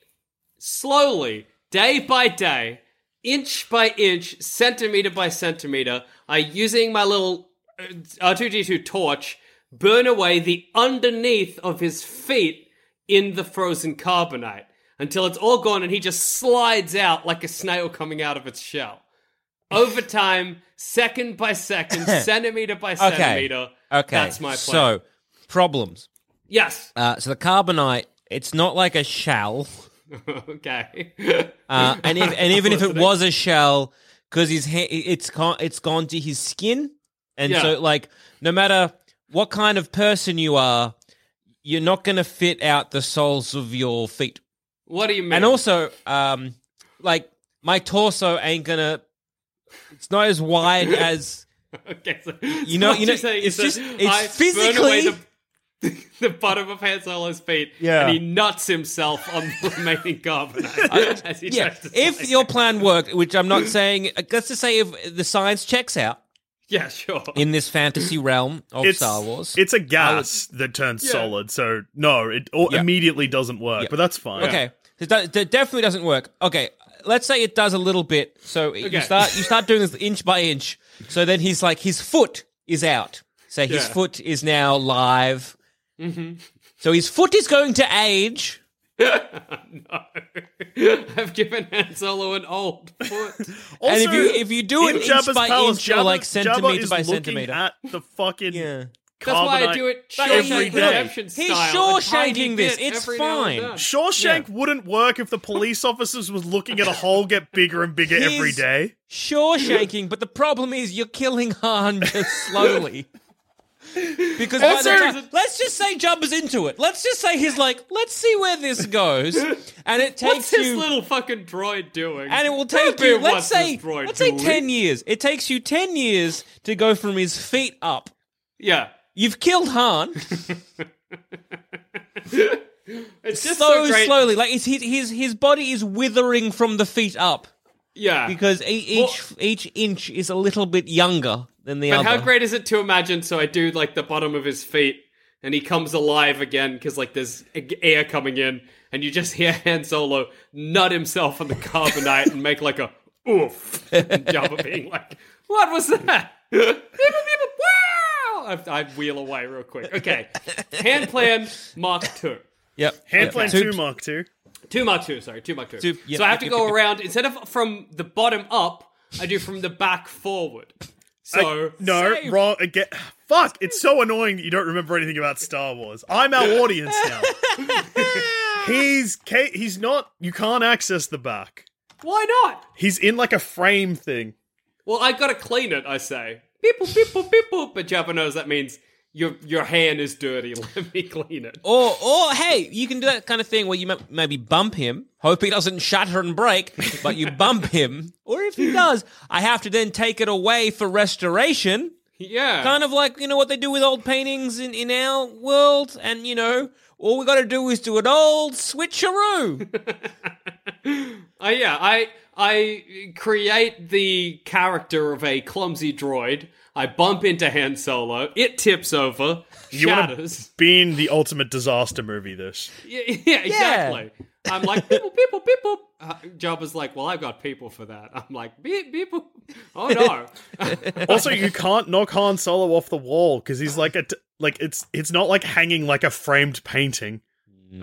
S4: slowly, day by day, inch by inch, centimeter by centimeter, are using my little uh, R two D two torch burn away the underneath of his feet in the frozen carbonite until it's all gone and he just slides out like a snail coming out of its shell. Over time, second by second, centimeter by
S5: Okay.
S4: centimeter.
S5: Okay.
S4: that's my plan.
S5: So, problems.
S4: yes.
S5: Uh, so the carbonite, it's not like a shell.
S4: okay.
S5: Uh, and if, and even if it
S4: Listening.
S5: was a shell, because his ha- it's gone, it's gone to his skin, and
S4: Yeah.
S5: so like no matter what kind of person you are, you're not going to fit out the soles of your feet.
S4: What do you mean?
S5: And also, um, like my torso ain't gonna. It's not as wide as
S4: okay, so,
S5: you know.
S4: what
S5: you know,
S4: you're saying
S5: it's
S4: is
S5: just
S4: that
S5: it's
S4: I burn away
S5: physically
S4: the- the bottom of Han Solo's feet,
S7: Yeah.
S4: and he nuts himself on the remaining carbonite as he
S5: Yeah,
S4: tries to
S5: if
S4: slice
S5: your
S4: it.
S5: plan worked, which I'm not saying, uh, let's just say if the science checks out
S4: yeah, sure,
S5: in this fantasy realm of
S3: It's
S5: Star Wars.
S3: It's a gas that turns
S4: Yeah.
S3: solid, so no, it all
S5: Yeah.
S3: immediately doesn't work. But that's fine.
S5: okay, it, do- it definitely doesn't work. Okay, let's say it does a little bit. So you
S4: Okay.
S5: start you start doing this inch by inch. So then he's like, his foot is out. So his
S4: Yeah.
S5: foot is now live. Mm-hmm. So his foot is going to age.
S4: no, I've given Han Solo an old foot.
S3: Also,
S5: and if you if you do
S3: in
S5: it inch
S3: Jabba's
S5: by
S3: palace,
S5: inch or like
S3: Jabba- Jabba
S5: centimeter
S3: is
S5: by
S3: looking
S5: centimeter,
S3: at the fucking
S5: yeah.
S4: That's why I do it Shawshank
S3: every day.
S4: Redemption
S5: He's
S4: style. a tiny
S5: Shawshanking this.
S4: bit
S5: It's
S4: every now and
S5: fine.
S4: then.
S3: Shawshank wouldn't work if the police officers was looking at a hole get bigger and bigger
S5: His-
S3: every day.
S5: Sure, shaking, but the problem is you're killing Han just slowly. Because by the
S4: Also-
S5: time, let's just say Jabba's into it. Let's just say he's like, let's see where this goes, and it
S4: What's
S5: takes
S4: this
S5: you,
S4: little fucking droid doing?
S5: and it will take you. Let's say, let's say ten
S4: years.
S5: years. It takes you ten years to go from his feet up.
S4: Yeah.
S5: You've killed Han
S4: It's just
S5: so,
S4: so great.
S5: slowly, like his, his his his body is withering from the feet up
S4: Yeah.
S5: because e- each each inch is a little bit younger than the
S4: but
S5: other.
S4: how great is it to imagine? So I do like the bottom of his feet, and he comes alive again because like there's a- air coming in, and you just hear Han Solo nut himself on the carbonite and make like a oof, and Jabba being like, "What was that?" wow! I, I wheel away real quick. Okay, hand plan Mark Two,
S5: Yep.
S3: Hand
S5: Yep.
S3: plan
S5: Two-
S3: two, Mark two.
S4: two Mark Two, sorry, two Mark Two.
S5: Two- yeah,
S4: so I have
S5: yeah,
S4: to
S5: yeah,
S4: go
S5: yeah.
S4: around instead of from the bottom up, I do from the back forward. So
S3: No, wrong again. Fuck! It's so annoying that you don't remember anything about Star Wars. I'm our audience now. he's Kate. He's not. You can't access the back.
S4: why not?
S3: He's in like a frame thing.
S4: Well, I gotta clean it, I say. Beep boop, beep boop, beep boop. But Jabba knows that means your your hand is dirty. Let me clean it.
S5: Or, or hey, you can do that kind of thing where you m- maybe bump him, hope he doesn't shatter and break, but you bump him. Or if he does, I have to then take it away for restoration.
S4: Yeah.
S5: Kind of like, you know, what they do with old paintings in, in our world. And, you know, all we got to do is do an old switcheroo.
S4: Uh, yeah, I I create the character of a clumsy droid. I bump into Han Solo. It tips over, shatters.
S3: Being the ultimate disaster movie. This.
S4: Yeah, yeah, exactly. I'm like beep boop, beep boop, beep boop. Uh, Jabba's like, well, I've got people for that. I'm like beep beep boop. Oh no.
S3: Also, you can't knock Han Solo off the wall because he's like a t- like it's it's not like hanging like a framed painting.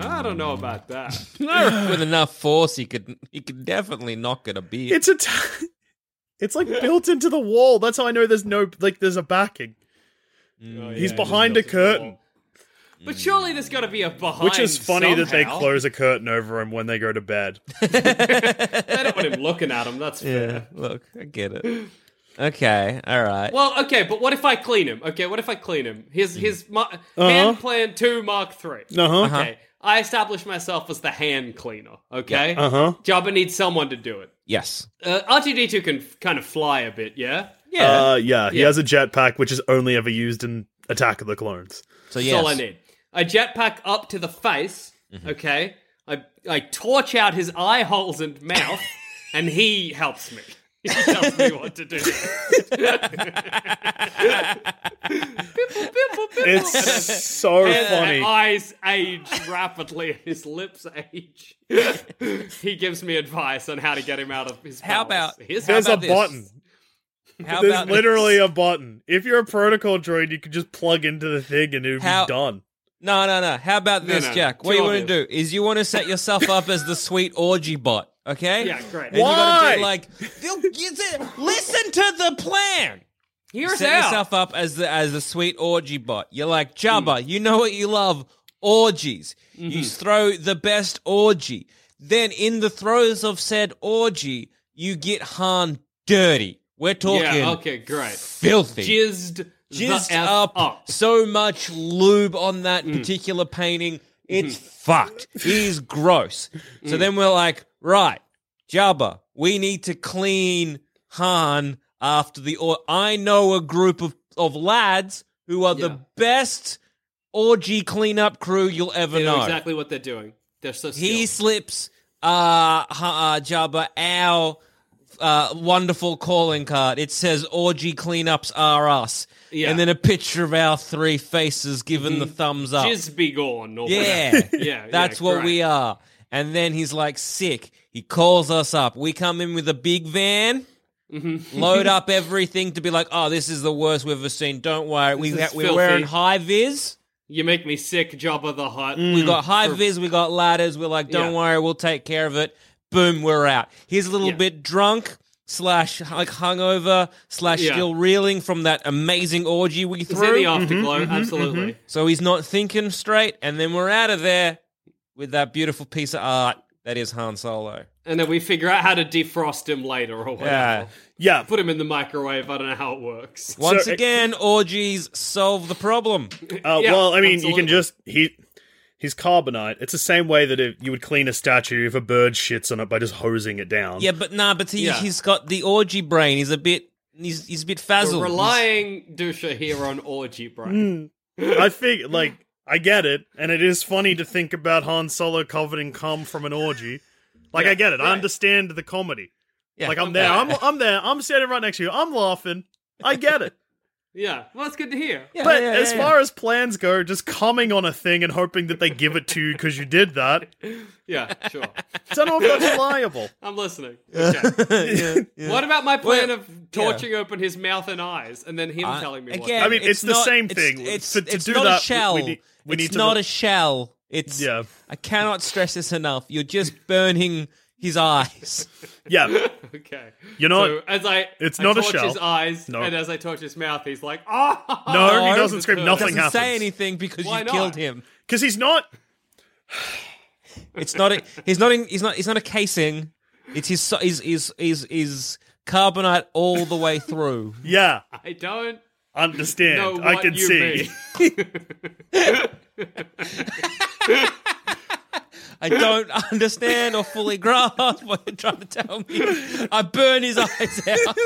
S4: I don't know about that.
S5: With enough force, he could he could definitely knock it a bit.
S3: It's a t- it's like built into the wall. That's how I know there's no like there's a backing.
S4: Oh,
S3: He's
S4: yeah,
S3: behind a
S4: built into the
S3: curtain.
S4: wall. But surely there's got to be a behind.
S3: Which is funny that they
S4: somehow.
S3: close a curtain over him when they go to bed.
S4: They don't want him looking at him. That's fair.
S5: yeah, look, I get it. Okay, all right.
S4: Well, okay, but what if I clean him? Okay, what if I clean him? His his mar- hand plan two mark three.
S3: Mm. Uh-huh.
S4: Okay, I establish myself as the hand cleaner. Okay,
S3: Uh-huh.
S4: Jabba needs someone to do it.
S5: yes.
S4: Uh, R two D two can f- kind of fly a bit. Yeah,
S5: Yeah.
S3: Uh, yeah, he
S4: Yeah.
S3: has a jetpack which is only ever used in Attack of the Clones.
S5: so,
S4: that's
S5: yes.
S4: all I need. I jetpack up to the face.
S3: Mm-hmm.
S4: Okay, I I torch out his eye holes and mouth, and he helps me. He tells me what to do. Bimble, bimble, bimble.
S3: It's so
S5: uh,
S4: His
S3: funny.
S4: eyes age rapidly. His lips age. he gives me advice on how to get him out of his.
S5: How
S4: palace.
S5: about-
S4: His-
S3: There's a
S5: how about this?
S3: button.
S5: How
S3: There's
S5: about
S3: literally a button. If you're a protocol droid, you could just plug into the thing and it would
S5: How-
S3: be done.
S5: No, no, no. How about this,
S4: no.
S5: Jack? What
S4: Too
S5: you want to
S4: obvious.
S5: do is you want to set yourself up as the sweet orgy bot, okay?
S4: Yeah, great.
S5: And you gotta
S3: Why?
S5: do like, "They'll get it. listen to the plan.
S4: Here's
S5: set
S4: how.
S5: yourself up as the as the sweet orgy bot. You're like Jabba.
S4: Mm.
S5: You know what you love? Orgies.
S4: Mm-hmm.
S5: You throw the best orgy. Then in the throes of said orgy, you get Han dirty. We're talking
S4: Yeah. Okay. Great.
S5: filthy
S4: Jizzed. the
S5: jizzed
S4: F
S5: up,
S4: up. Mm.
S5: so much lube on that particular painting.
S4: Mm-hmm.
S5: It's fucked. He's gross.
S4: Mm.
S5: So then we're like, right, Jabba, we need to clean Han after the. Or- I know a group of, of lads who are
S4: Yeah.
S5: the best orgy cleanup crew you'll ever
S4: They know
S5: know.
S4: exactly what they're doing. They're so
S5: He
S4: skilled.
S5: slips uh, ha- uh Jabba our uh, wonderful calling card. It says orgy cleanups are us.
S4: Yeah. Mm-hmm.
S5: And then a picture of our three faces given the thumbs up.
S4: Jizz be gone. Or
S5: Yeah.
S4: whatever. yeah.
S5: That's
S4: yeah,
S5: what
S4: great.
S5: we are. And then he's like sick. He calls us up. We come in with a big van,
S4: Mm-hmm.
S5: load up everything to be like, oh, this is the worst we've ever seen. Don't worry. We,
S4: This is
S5: we're wearing
S4: filthy.
S5: high vis.
S4: You make me sick, Jabba the Hutt.
S5: We got high vis. We got ladders. We're like, don't
S4: Mm. Yeah.
S5: worry. We'll take care of it. Boom, we're out. He's a little
S4: Yeah.
S5: bit drunk. Slash, like hungover, slash,
S4: Yeah.
S5: still reeling from that amazing orgy we
S4: It's in
S5: threw.
S4: the
S5: Mm-hmm,
S4: afterglow, absolutely.
S5: So he's not thinking straight, and then we're out of there with that beautiful piece of art that is Han Solo.
S4: And then we figure out how to defrost him later or whatever.
S5: Yeah.
S3: Yeah.
S4: Put him in the microwave. I don't know how it works.
S5: Once
S3: So-
S5: again, orgies solve the problem.
S3: Uh,
S4: Yeah,
S3: well, I mean, you
S4: absolutely.
S3: can just he he's carbonite. It's the same way that if you would clean a statue if a bird shits on it by just hosing it down.
S5: Yeah, but nah, but he,
S4: Yeah.
S5: he's got the orgy brain. He's a bit, he's, he's a bit
S4: We're
S5: fazzled.
S4: relying Dusha here on orgy brain.
S3: I think like I get it, and it is funny to think about Han Solo covered in cum from an orgy. Like I get it. I
S4: right.
S3: understand the comedy.
S5: Yeah.
S3: like I'm there. I'm I'm there. I'm standing right next to you. I'm laughing. I get it.
S4: Yeah. Well, that's good to hear.
S5: Yeah,
S3: But
S5: yeah,
S3: as
S5: yeah,
S3: far as plans go, just coming on a thing and hoping that they give it to you because you did that,
S4: Yeah, sure.
S3: I don't know if that's reliable.
S4: I'm listening. Okay. What about my plan
S5: Well,
S4: of torching open his mouth and eyes and then him
S5: yeah.
S4: telling me
S5: again,
S3: I
S4: what
S3: mean, it's the
S5: not-
S3: same
S5: it's-
S3: thing.
S5: It's,
S3: To- to
S5: it's
S3: do
S5: not a
S3: that, we-
S5: shell.
S3: we need- we
S5: it's
S3: need to
S5: not
S3: look-
S5: a shell. It's
S3: Yeah.
S5: I cannot stress this enough. You're just burning his eyes.
S3: Yeah,
S4: Okay.
S3: You know
S4: so
S3: what?
S4: as I
S3: It's
S4: I
S3: not a
S4: torch
S3: shell.
S4: his eyes
S3: No.
S4: and as I torch his mouth, he's like, oh
S3: No, he doesn't scream, nothing
S5: Doesn't
S3: happens.
S5: say anything because
S4: Why
S5: you
S4: not?
S5: killed him.
S3: because he's not.
S5: It's not a, he's not in he's not he's not a casing. It's his so- is is is is carbonite all the way through.
S3: Yeah,
S4: I don't know
S3: understand.
S4: what
S3: Ah!" I can
S4: you
S3: see.
S4: mean.
S5: I don't understand or fully grasp what you're trying to tell me. I burn his eyes out.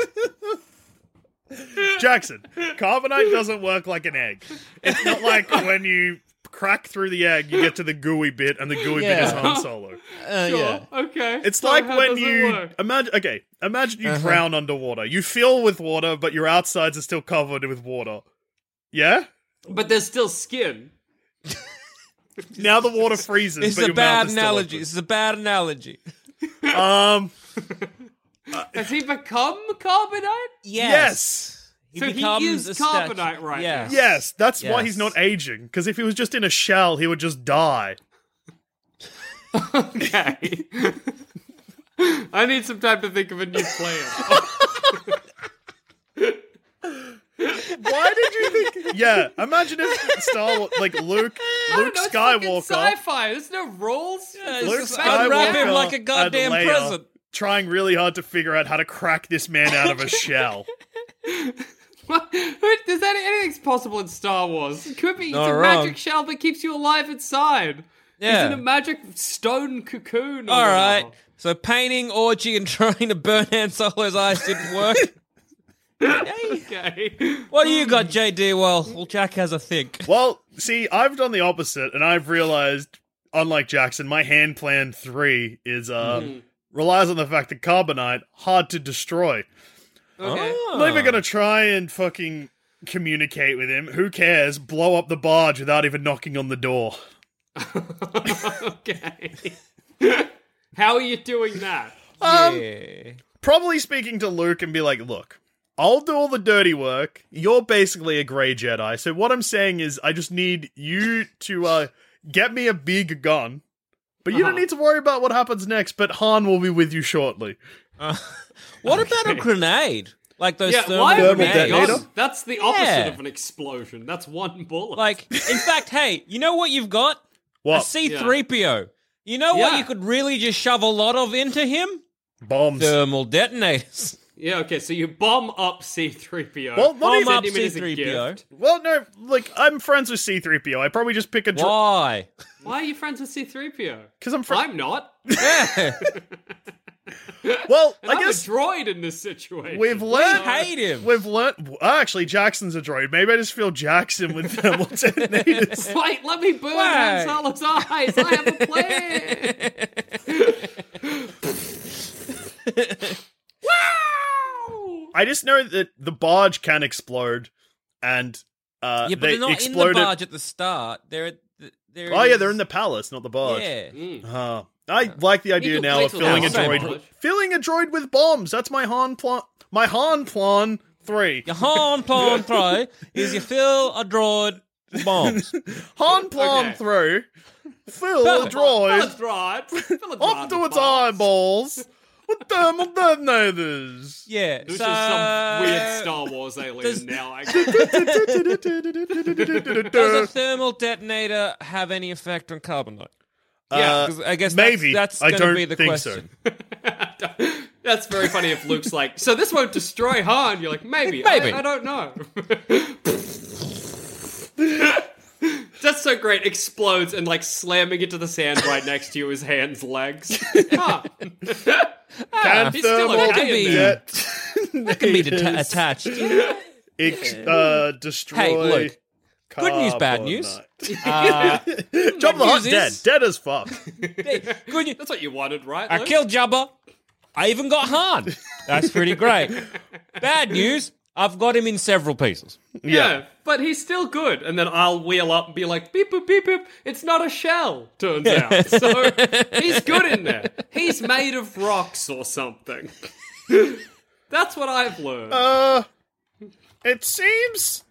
S3: Jackson, carbonite doesn't work like an egg. It's not like when you crack through the egg, you get to the gooey bit, and the gooey bit is
S5: Yeah.
S3: Han Solo.
S5: Uh, yeah.
S4: Okay.
S3: It's
S4: so
S3: like
S4: how
S3: when
S4: does it
S3: you
S4: work?
S3: imagine. Okay, imagine you
S5: Uh-huh.
S3: drown underwater. You fill with water, but your outsides are still covered with water. Yeah.
S4: But there's still skin.
S3: Now the water freezes.
S5: This
S3: but
S5: is a
S3: your mouth
S5: bad
S3: is still
S5: analogy. This is a bad analogy.
S3: open. Um.
S4: Has he become carbonite?
S3: Yes.
S5: He
S4: So he
S5: becomes
S4: is
S5: a statue.
S4: carbonite right
S5: yes.
S3: Yes, that's why
S5: Yes.
S3: he's not aging. Because if he was just in a shell, he would just die.
S4: Okay. I need some time to think of a new plan.
S3: Why did you think? yeah, imagine if Star Wars, like Luke, Luke
S4: No, it's fucking
S3: Skywalker,
S4: Sci-fi. There's no rules.
S5: It's
S3: Luke
S5: just unwrap him
S3: Skywalker
S5: like a
S3: and
S5: goddamn
S3: Leia
S5: present.
S3: trying really hard to figure out how to crack this man out of a shell.
S4: What? Who- Does that anything's possible in Star Wars? It could be it's
S5: Not
S4: a
S5: wrong.
S4: magic shell that keeps you alive inside.
S5: Yeah.
S4: It's in a magic stone cocoon. or
S5: All right.
S4: whatever.
S5: So painting, orgy, and trying to burn Han Solo's eyes didn't work.
S4: Okay.
S5: What do you got, JD? Well, well, Jack has a think.
S3: Well, see, I've done the opposite, and I've realized, unlike Jackson, my hand plan three is uh,
S5: Hmm.
S3: relies on the fact that carbonite hard to destroy.
S4: Okay.
S5: Oh.
S3: I'm not even gonna try and fucking communicate with him. Who cares? Blow up the barge without even knocking on the door.
S4: okay. How are you doing that?
S5: yeah.
S3: probably speaking to Luke and be like, look, I'll do all the dirty work. You're basically a grey Jedi. So what I'm saying is I just need you to uh get me a big gun. But you don't need to worry about what happens next, but Han will be with you shortly.
S5: What about a grenade? Like those
S4: Yeah,
S5: thermal
S4: why
S3: Thermal
S4: would
S5: grenades.
S4: they
S3: detonator?
S4: gone? That's the opposite
S5: Yeah.
S4: of an explosion. That's one bullet.
S5: Like, in fact, hey, you know what you've got? A
S3: What?
S5: C-3PO. You know what
S4: Yeah.
S5: you could really just shove a lot of into him?
S3: Bombs.
S5: Thermal detonators.
S4: yeah, okay, so you bomb up C3PO.
S3: Well, not
S5: Bomb
S3: even-
S5: up
S4: Send him in as a
S5: C-3PO.
S4: gift.
S3: Well, no, like I'm friends with C3PO. I probably just pick a dr-
S5: Why?
S4: Why are you friends with C3PO?
S3: 'Cause I'm fri-
S4: I'm not.
S5: Yeah.
S3: Well, I
S4: I'm
S3: guess
S4: a droid in this situation.
S3: we've learned.
S5: Hate him.
S3: We've learned. Oh, actually, Jackson's a droid. Maybe I just feel Jackson with thermal detonators.
S4: Wait, let me burn
S5: Why?
S4: Han's eyes. I have a plan.
S3: I just know that the barge can explode, and uh,
S5: yeah, but
S3: they
S5: they are not
S3: exploded.
S5: in the barge at the start. They're at the, they're
S3: Oh yeah, they're in the palace, not the barge.
S5: Yeah.
S3: Uh, I like the idea
S4: can
S3: now
S4: wait
S3: of
S4: till
S3: filling a
S5: that's
S3: droid,
S5: the
S4: barge.
S3: filling a droid with bombs. That's my Han plan. My Han plan three.
S5: Your horn plan throw is you fill a droid with bombs.
S3: Han plan
S4: Okay.
S3: through. Fill a droid
S4: Philodrod. Philodrod.
S3: up to its
S4: bombs.
S3: eyeballs with thermal detonators.
S5: Yeah.
S4: This
S5: so, uh,
S4: is some weird Star Wars alien
S5: does-
S4: now. I
S5: Does a
S3: Uh,
S5: thermal detonator have any effect on carbonite?
S3: Uh,
S5: 'cause I guess
S3: maybe.
S5: that's,
S3: I
S5: that's going
S3: don't
S5: to be the
S3: think so.
S5: question.
S4: That's very funny if Luke's like, so this won't destroy Han. You're like, maybe.
S5: Maybe.
S4: I, I don't know. That's so great. Explodes and like slamming into the sand right next to you is Han's legs. Huh.
S5: ah,
S3: can
S4: he's still
S3: thermal
S4: okay in
S5: there.
S3: detonators
S5: That can be deta- attached.
S3: ex- uh, destroy.
S5: Hey, look. Good
S3: Ah,
S5: news, bad news. Uh,
S3: Jabba the Hutt
S5: news
S3: dead,
S5: is-
S3: dead as fuck.
S5: good news.
S4: That's what you wanted, right?
S5: I
S4: Luke?
S5: killed Jabba. I even got Han. That's pretty great. Bad news. I've got him in several pieces.
S4: Yeah. but he's still good. And then I'll wheel up and be like, beep, boop, beep, boop. It's not a shell, turns out. So he's good in there. He's made of rocks or something. That's what I've learned.
S3: Uh, it seems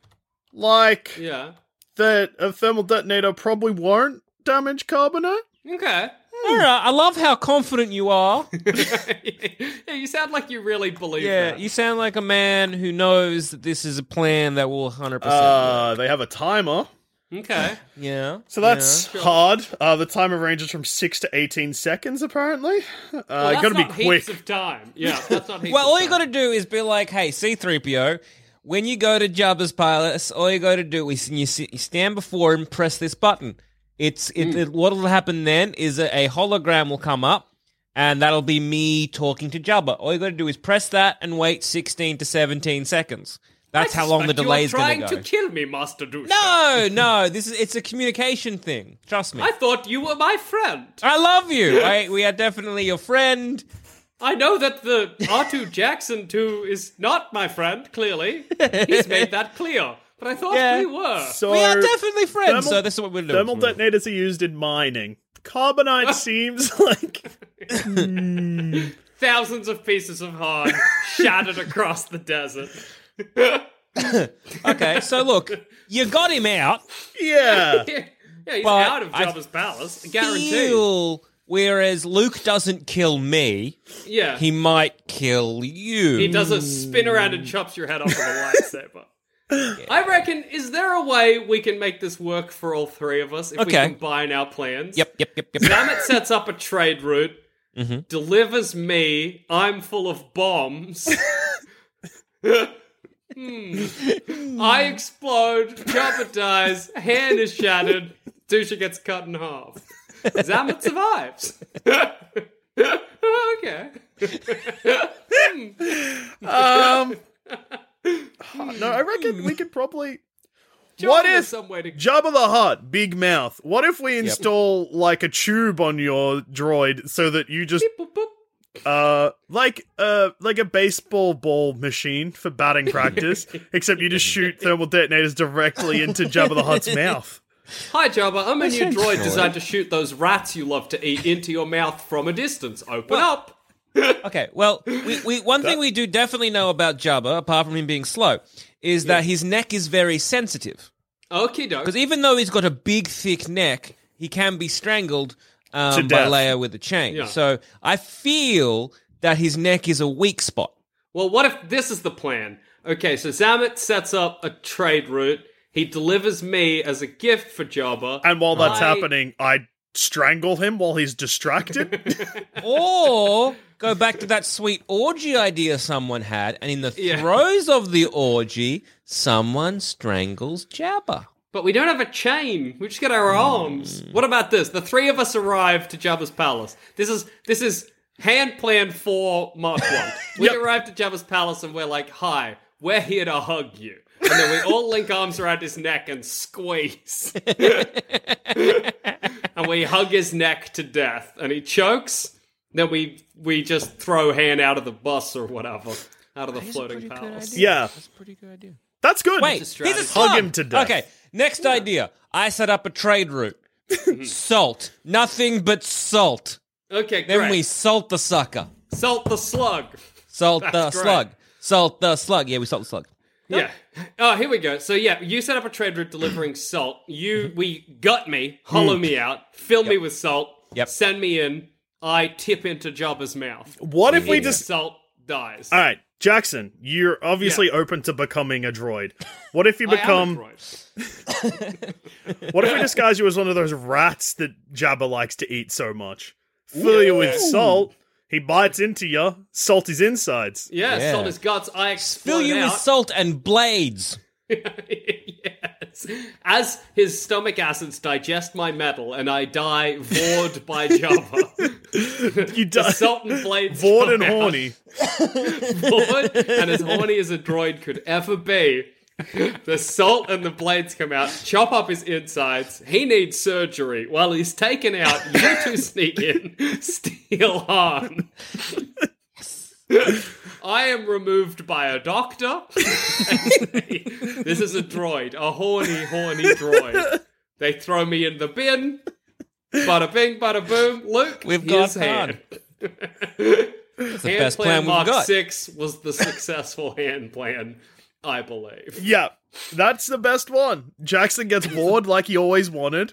S3: like
S4: yeah.
S3: that a thermal detonator probably won't damage carbonate.
S4: Okay.
S5: All right. I love how confident you are.
S4: yeah, you sound like you really believe
S5: Yeah,
S4: that.
S5: you sound like a man who knows that this is a plan that will 100%.
S3: Uh, they have a timer.
S5: Uh,
S4: okay.
S5: yeah.
S3: So that's hard. Uh, the timer ranges from 6 to 18 seconds, apparently. Uh,
S4: Well, that's
S3: gotta be
S4: not heaps
S3: quick.
S4: of time. Yeah, that's not heaps
S5: Well,
S4: of
S5: all you
S4: time.
S5: got to do is be like, hey, C3PO, when you go to Jabba's palace, all you got to do is you, s- you stand before him, press this button. It's
S4: Hmm.
S5: it, it- What'll happen then is a, a hologram will come up, and that'll be me talking to Jabba. All you got to do is press that and wait 16 to 17 seconds. That's how long the
S4: But you are
S5: delay is going
S4: trying
S5: to
S4: to
S5: go.
S4: kill me, Master Douche.
S5: no, no, this is it's a communication thing. Trust me.
S4: I thought you were my friend.
S5: I love you. I, we are definitely your friend.
S4: I know that the R2 Jackson 2 is not my friend, clearly. He's made that clear. But I thought
S5: Yeah.
S4: we were.
S3: So
S5: We are definitely friends.
S3: thermal-
S5: so this is what we're doing.
S3: thermal detonators are used in mining. Carbonite seems like
S4: Thousands of pieces of hard shattered across the desert.
S5: Okay, so look, you got him out.
S3: yeah.
S4: Yeah, yeah, he's
S5: But
S4: out of
S5: I
S4: Jabba's palace. Guaranteed.
S5: Feel, whereas Luke doesn't kill me,
S4: yeah.
S5: he
S4: He,
S5: might kill you.
S4: does a spin around and chops your head off with a lightsaber. I reckon, is there a way we can make this work for all three of us if
S5: Okay.
S4: we combine our plans?
S5: Yep, yep, yep, yep.
S4: Dammit sets up a trade route,
S3: Mm-hmm.
S4: delivers me, I'm full of bombs. Hmm. I explode, Jabba dies, hand is shattered, Dusha gets cut in half. Zamet survives. okay.
S3: Um, no, I reckon we could probably. What
S4: Jabba has
S3: if
S4: some way to
S3: Jabba the Hutt, big mouth? What if we install like a tube on your droid so that you just
S4: Boop, boop.
S3: uh like uh like a baseball ball machine for batting practice, except you just shoot thermal detonators directly into Jabba the Hutt's mouth.
S4: Hi Jabba, I'm a new droid designed to shoot those rats you love to eat into your mouth from a distance. Open up.
S5: Okay, well, we, we one thing we do definitely know about Jabba, apart from him being slow, is that his neck is very sensitive.
S4: Okay, doke.
S5: Because even though he's got a big, thick neck, he can be strangled
S3: To
S5: um, by
S3: death.
S5: Leia with a chain.
S4: Yeah.
S5: So I feel that his neck is a weak spot.
S4: Well, what if this is the plan? Okay, so Zamet sets up a trade route. He delivers me as a gift for Jabba.
S3: And while that's
S4: I-
S3: happening, I strangle him while he's distracted.
S5: or go back to that sweet orgy idea someone had, and in the
S4: Yeah.
S5: throes of the orgy, someone strangles Jabba.
S4: But we don't have a chain. We
S5: Hmm.
S4: just got our arms. What about this? The three of us arrive to Jabba's palace. This is this is Hand plan for Mark 1. We
S3: Yep.
S4: arrived at Jabba's palace and we're like, hi, we're here to hug you. And then we all link arms around his neck and squeeze. and we hug his neck to death. And he chokes. Then we we just throw Han out of the bus or whatever. Out of the floating palace.
S3: Yeah,
S5: That's a pretty good idea.
S3: that's good.
S5: Wait,
S4: It's a
S5: he's a
S4: strategy.
S5: slug.
S3: Hug him to death.
S5: Okay, next idea. I set up a trade route. salt. Nothing but salt.
S4: Okay,
S5: Then
S4: great.
S5: we salt the sucker.
S4: Salt the slug.
S5: Salt the
S4: That's great.
S5: slug. Salt the slug. Yeah, we salt the slug.
S4: Yeah. Oh, here we go. So yeah, you set up a trade route delivering salt. You we gut me, hollow
S3: Mm.
S4: me out, fill me with salt,
S5: Yep.
S4: send me in. I tip into Jabba's mouth.
S3: What if we
S4: The
S3: just?
S4: salt dies?
S3: All right, Jackson, you're obviously
S4: Yeah.
S3: open to becoming a droid. What if you
S4: I am a
S3: become?
S4: droid.
S3: What if we disguise you as one of those rats that Jabba likes to eat so much? Fill you with salt. He bites into you. Salt his insides.
S4: Yeah,
S5: Yeah.
S4: salt is guts. I
S5: Fill
S4: explode
S5: you with
S4: out.
S5: salt and blades.
S4: yes. As his stomach acids digest my metal and I die vored by Jabba.
S3: You die.
S4: Salt and blades.
S3: Vord
S4: come
S3: and
S4: out.
S3: horny.
S4: board, and as horny as a droid could ever be. The salt and the blades come out, chop up his insides. He needs surgery. While he's taken out, you two sneak in, steal on. I am removed by a doctor. this is a droid, a horny, horny droid. They throw me in the bin. Bada bing, bada boom. Luke,
S5: We've
S4: here's
S5: got Han.
S4: Han.
S5: That's the
S4: Hand
S5: best
S4: plan,
S5: plan we've
S4: Mark
S5: got.
S4: Six was the successful hand plan, I believe.
S3: Yeah, that's the best one. Jackson gets bored like he always wanted.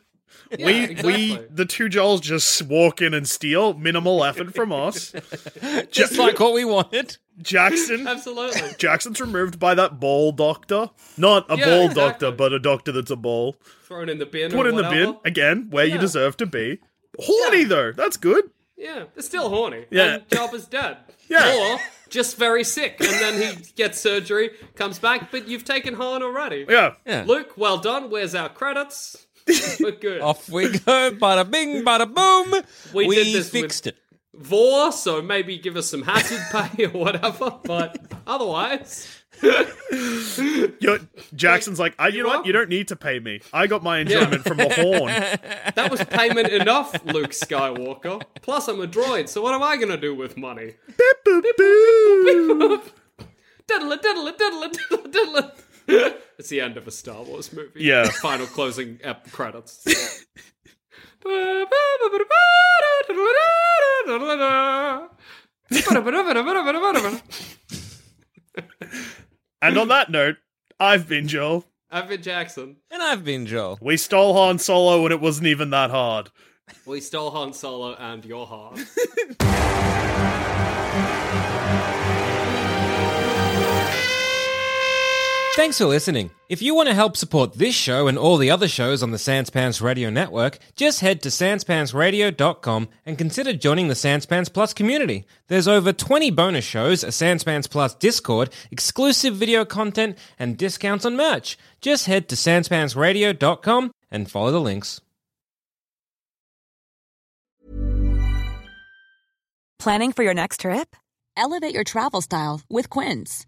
S3: we we
S4: exactly.
S3: the two Joels just walk in and steal minimal effort from us.
S5: Just like what we wanted.
S3: Jackson
S4: Absolutely.
S3: Jackson's removed by that ball doctor. Not a
S4: Yeah,
S3: ball
S4: exactly.
S3: doctor, but a doctor that's a ball.
S4: Thrown in the bin.
S3: Put
S4: or
S3: in the
S4: whatever.
S3: bin again, where you deserve to be. Horny though, that's good.
S4: Yeah, it's still horny.
S3: Yeah.
S4: And Jabba's dead.
S3: Yeah.
S4: Or just very sick, and then he gets surgery, comes back, but you've taken Han already.
S3: Yeah,
S5: Yeah.
S4: Luke, well done. Where's our credits? We're good.
S5: Off we go. Bada bing, bada boom.
S4: We
S5: We,
S4: did this with-
S5: fixed it.
S4: Vor, so maybe give us some hazard pay or whatever, but otherwise.
S3: You're, Jackson's like, I, you know what? You don't need to pay me. I got my enjoyment from a horn.
S4: That was payment enough, Luke Skywalker. Plus, I'm a droid, so what am I going to do with money?
S3: Boop, boop.
S4: Diddle-a, diddle-a, diddle-a, diddle-a, diddle-a. It's the end of a Star Wars movie.
S3: Yeah.
S4: Final closing ep- credits.
S3: And on that note, I've been Joel.
S4: I've been Jackson.
S5: And I've been Joel.
S3: We stole Han Solo and it wasn't even that hard.
S4: We stole Han Solo and your heart.
S5: Thanks for listening. If you want to help support this show and all the other shows on the Sanspants Radio Network, just head to sanspantsradio.com and consider joining the Sanspants Plus community. There's over 20 bonus shows, a Sanspants Plus Discord, exclusive video content, and discounts on merch. Just head to sanspantsradio.com and follow the links.
S8: Planning for your next trip? Elevate your travel style with Quince.